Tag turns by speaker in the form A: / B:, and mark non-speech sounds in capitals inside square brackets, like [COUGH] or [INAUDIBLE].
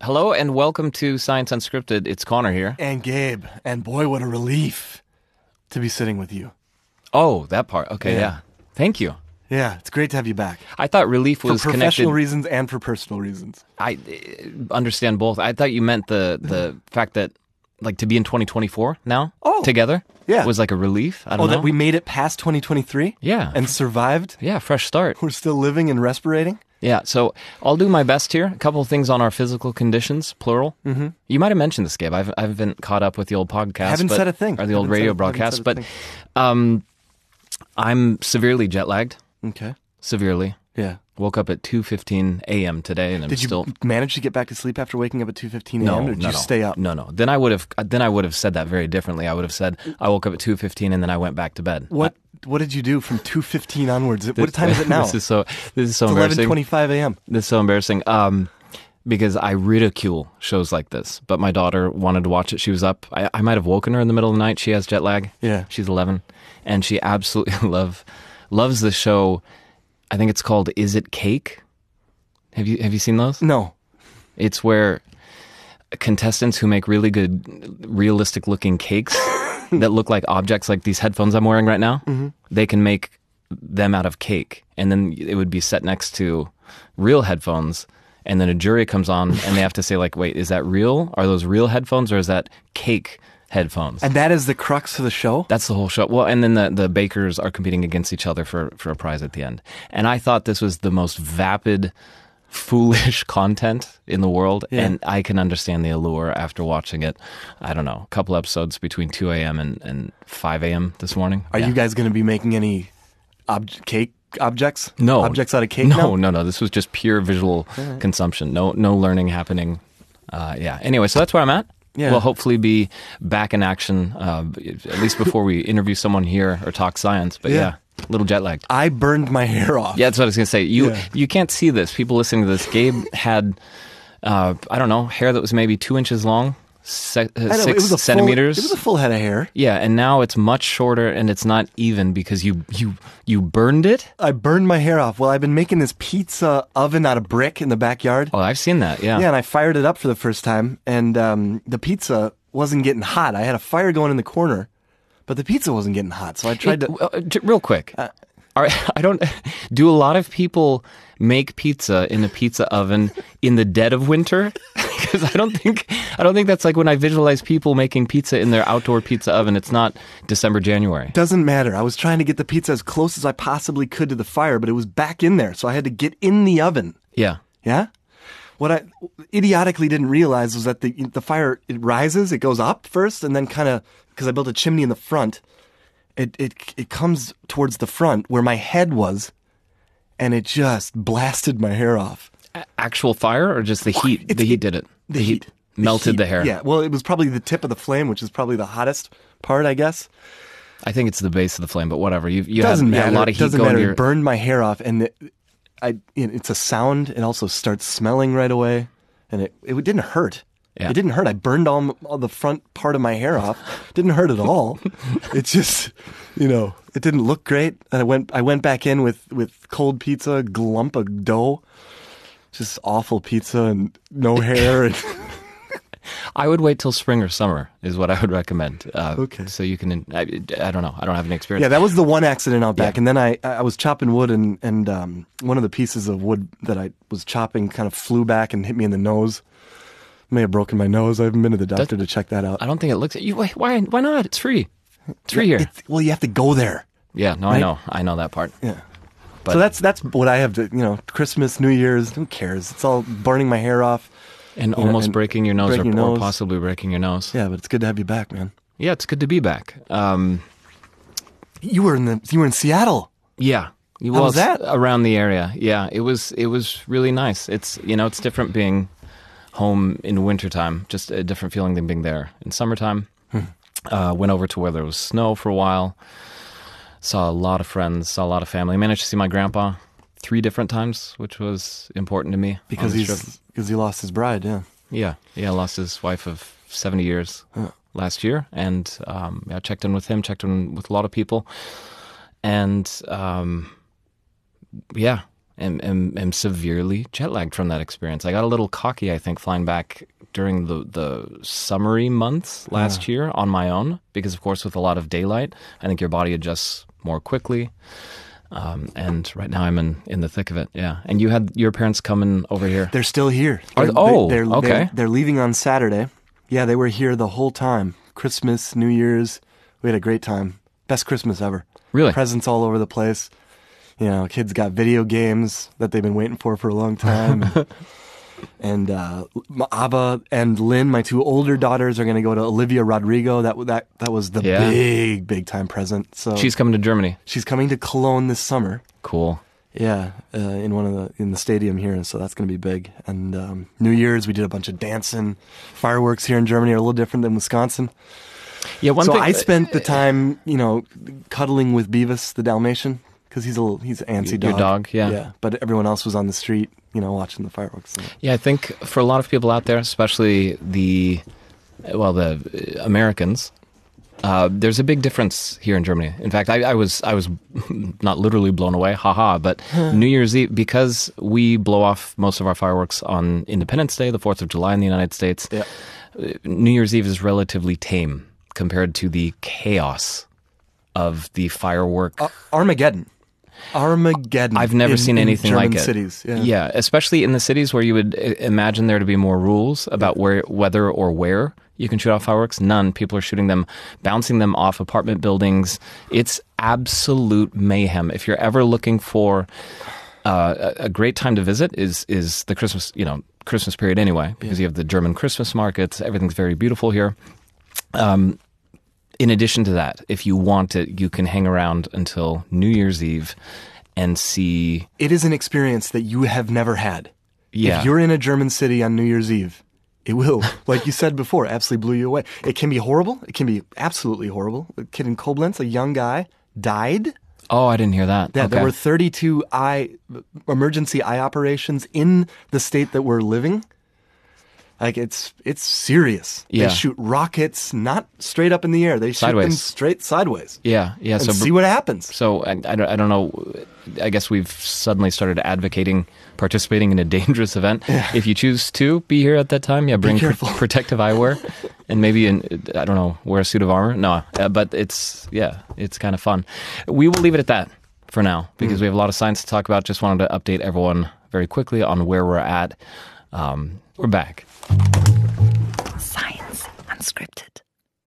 A: Hello and welcome to Science Unscripted. It's Connor here.
B: and Gabe, and boy, what a relief to be sitting with you.
A: Oh, that part. Okay, yeah.
B: Yeah.
A: Thank you.
B: Yeah, it's great to have you back
A: I thought relief
B: for
A: was
B: professional
A: connected.
B: reasons and for personal reasons.
A: I uh, understand both. I thought you meant the
B: [LAUGHS]
A: the fact that like to be in 2024 now
B: Oh.
A: together
B: Yeah.
A: was like a relief. I don't
B: Oh,
A: know.
B: that we made it past 2023
A: yeah.
B: and survived.
A: yeah, fresh start.
B: We're still living and respirating.
A: Yeah, so I'll do my best here. A couple of things on our physical conditions, plural. Mm-hmm. You might have mentioned this, Gabe. I've, I haven't caught up with the old podcast.
B: Haven't
A: but-
B: said a thing.
A: Or the old
B: Haven't
A: radio
B: said a-
A: broadcast.
B: haven't said
A: But
B: a
A: um, I'm severely jet lagged,
B: Okay.
A: severely.
B: Yeah.
A: Woke up at 2.15 a.m. today and I'm
B: Did you
A: still...
B: manage to get back to sleep after waking up at 2:15 a.m.
A: No,
B: or
A: no,
B: did
A: no.
B: you stay up?
A: No, no. Then I would have. Then I would have said that very differently. I would have said I woke up at two fifteen and then I went back to bed.
B: What What did you do from 2:15 onwards? what time is it
A: [LAUGHS]
B: now?
A: this is so. This is so
B: it's
A: embarrassing.
B: 11:25 a.m.
A: This is so embarrassing. Um, because I ridicule shows like this, but my daughter wanted to watch it. She was up. I, I might have woken her in the middle of the night. She has jet lag.
B: Yeah.
A: she's eleven, and she absolutely [LAUGHS] love loves the show. I think it's called "Is It Cake." Have you have you seen those?
B: No.
A: It's where contestants who make really good, realistic looking cakes that look like objects, like these headphones I'm wearing right now, they can make them out of cake. And then it would be set next to real headphones. And then a jury comes on and they have to say, like, wait, is that real? Are those real headphones or is that cake headphones?
B: And that is the crux of the show.
A: That's the whole show. Well, and then the, the bakers are competing against each other for, for a prize at the end. And I thought this was the most vapid, foolish [LAUGHS] content in the world. And I can understand the allure after watching it. I don't know, a couple episodes between 2 a.m. and, and 5 a.m. this morning.
B: Are
A: Yeah.
B: you guys going to be making any ob- cake objects?
A: No.
B: Objects out of cake?
A: No, no,
B: now?
A: no. This was just pure visual consumption. No, no learning happening. Uh, yeah. Anyway, so that's where I'm at.
B: Yeah.
A: We'll hopefully be back in action, uh, at least before we interview someone here or talk science. But yeah,
B: Yeah.
A: a little jet lagged.
B: I burned my hair off.
A: Yeah, that's what I was gonna say. You
B: Yeah.
A: you can't see this. People listening to this, Gabe had uh, I don't know hair that was maybe two inches long, se- uh,
B: I know,
A: six
B: it was a
A: centimeters.
B: Full, it was a full head of hair.
A: yeah, and now it's much shorter and it's not even because you you you burned it.
B: I burned my hair off. Well, I've been making this pizza oven out of brick in the backyard.
A: Oh, I've seen that. Yeah,
B: Yeah, and I fired it up for the first time, and um, the pizza wasn't getting hot. I had a fire going in the corner, but the pizza wasn't getting hot. So I
A: It-
B: tried to.
A: well, uh, j- real quick. All right, [LAUGHS] I don't. Do a lot of people make pizza in a pizza oven in the dead of winter? [LAUGHS] Because I don't think I don't think that's like when I visualize people making pizza in their outdoor pizza oven. It's not December, January.
B: Doesn't matter. I was trying to get the pizza as close as I possibly could to the fire, but it was back in there, so I had to get in the oven.
A: Yeah.
B: Yeah. What I idiotically didn't realize was that the the fire it rises, it goes up first, and then kind of because I built a chimney in the front, it it it comes towards the front where my head was, and it just blasted my hair off.
A: A- actual fire or just the heat? the heat did it.
B: The, heat,
A: melted
B: heat.
A: the hair.
B: Yeah, well, it was probably the tip of the flame, which is probably the hottest part, I guess.
A: I think it's the base of the flame, but whatever. You you
B: Doesn't
A: had, you
B: matter.
A: had a lot of heat
B: Doesn't
A: going
B: matter.
A: to your.
B: It burned my hair off, and it, I it- it's a sound. It also starts smelling right away, and it it didn't hurt.
A: Yeah.
B: It didn't hurt. I burned all, m- all the front part of my hair off. Didn't hurt at
A: [LAUGHS]
B: all. it just, you know, it didn't look great. And I went I went back in with with cold pizza, a lump of dough, just awful pizza and no hair.
A: [LAUGHS]
B: And
A: I would wait till spring or summer is what I would recommend. Uh,
B: Okay.
A: So you can. I, I don't know. I don't have any experience.
B: Yeah, that was the one accident out back. And then I, I was chopping wood, and and um, one of the pieces of wood that I was chopping kind of flew back and hit me in the nose. May have broken my nose. I haven't been to the doctor to check that out.
A: I don't think it looks. You why why why not? It's free. It's free here.
B: It's- well, you have to go there.
A: Yeah. No, I
B: right?
A: know. I know that part.
B: Yeah.
A: But-
B: so that's that's what I have to you know Christmas New Year's who cares it's all burning my hair off
A: And
B: You know,
A: almost
B: and
A: breaking your nose, or,
B: breaking your
A: or
B: nose.
A: possibly breaking your nose.
B: yeah but it's good to have you back man
A: Yeah, It's good to be back. Um.
B: you were in the you were in Seattle
A: Yeah. Well,
B: was
A: it's
B: that?
A: around the area? Yeah, it was it was really nice. It's you know it's different being home in wintertime, just a different feeling than being there in summertime.
B: Hmm.
A: Uh, went over to where there was snow for a while. Saw a lot of friends, saw a lot of family. Managed to see my grandpa three different times, which was important to me on
B: because
A: this trip.
B: he's because he lost his bride yeah
A: Yeah, yeah, lost his wife of 70 years last year, and um, I checked in with him, checked in with a lot of people, and um, yeah, am, am, am severely jet lagged from that experience. I got a little cocky, I think, flying back during the, the summery months last year on my own, because, of course, with a lot of daylight, I think your body adjusts more quickly. Um, and right now I'm in, in the thick of it. Yeah. And you had your parents coming over here.
B: They're still here.
A: Are
B: They're-
A: they- oh,
B: they're, they're-
A: okay.
B: They're leaving on Saturday. Yeah, they were here the whole time. Christmas, New Year's. We had a great time. Best Christmas ever.
A: Really?
B: Presents all over the place. You know, kids got video games that they've been waiting for for a long
A: [LAUGHS]
B: time. and uh, M- Abba and Lynn, my two older daughters, are going to go to Olivia Rodrigo. That w- that that was the
A: Yeah.
B: big big time present. So
A: She's coming to Germany.
B: she's coming to Cologne this summer.
A: Cool.
B: Yeah, uh, in one of the in the stadium here, and so that's going to be big. And um, New Year's, we did a bunch of dancing. Fireworks here in Germany are a little different than Wisconsin.
A: Yeah. One
B: so
A: thing
B: I spent the time, you know, cuddling with Beavis the Dalmatian because he's a little he's an antsy dog.
A: Your dog, yeah.
B: But everyone else was on the street, you know, watching the fireworks.
A: Yeah, I think for a lot of people out there, especially the well, the uh, Americans, uh, there's a big difference here in Germany. In fact, I, I was I was [LAUGHS] not literally blown away, haha. But New Year's Eve, because we blow off most of our fireworks on Independence Day, the Fourth of July in the United States,
B: Yeah.
A: uh, New Year's Eve is relatively tame compared to the chaos of the firework.
B: Uh, Armageddon. Armageddon.
A: I've never
B: in-
A: seen
B: in
A: anything
B: German
A: like it.
B: Cities, yeah.
A: especially in the cities where you would i- imagine there to be more rules about where, whether or where you can shoot off fireworks. None. People are shooting them, bouncing them off apartment buildings. It's absolute mayhem. If you're ever looking for uh, a a great time to visit, is is the Christmas, you know, Christmas period anyway, because you have the German Christmas markets. Everything's very beautiful here. In addition to that, if you want it, you can hang around until New Year's Eve and see
B: It is an experience that you have never had.
A: Yeah.
B: If you're in a German city on New Year's Eve, it
A: [LAUGHS]
B: will, like you said before, absolutely blew you away. It can be horrible. It can be absolutely horrible. A kid in Koblenz, a young guy, died.
A: Oh, I didn't hear that.
B: Yeah,
A: Okay.
B: there were 32 eye emergency eye operations in the state that we're living. Like it's it's serious.
A: Yeah.
B: They shoot rockets not straight up in the air. They shoot them
A: Sideways.
B: straight sideways
A: yeah, yeah.
B: and
A: So,
B: see what happens.
A: so I, I don't, I don't know. I guess we've suddenly started advocating participating in a [LAUGHS] dangerous event. If you choose to be here at that time, yeah, bring pr-
B: careful. [LAUGHS]
A: protective eyewear, and maybe an, I don't know, wear a suit of armor. No, uh, but it's yeah, it's kind of fun. We will leave it at that for now because
B: Mm.
A: we have a lot of science to talk about. Just wanted to update everyone very quickly on where we're at. Um, we're back.
C: Science Unscripted.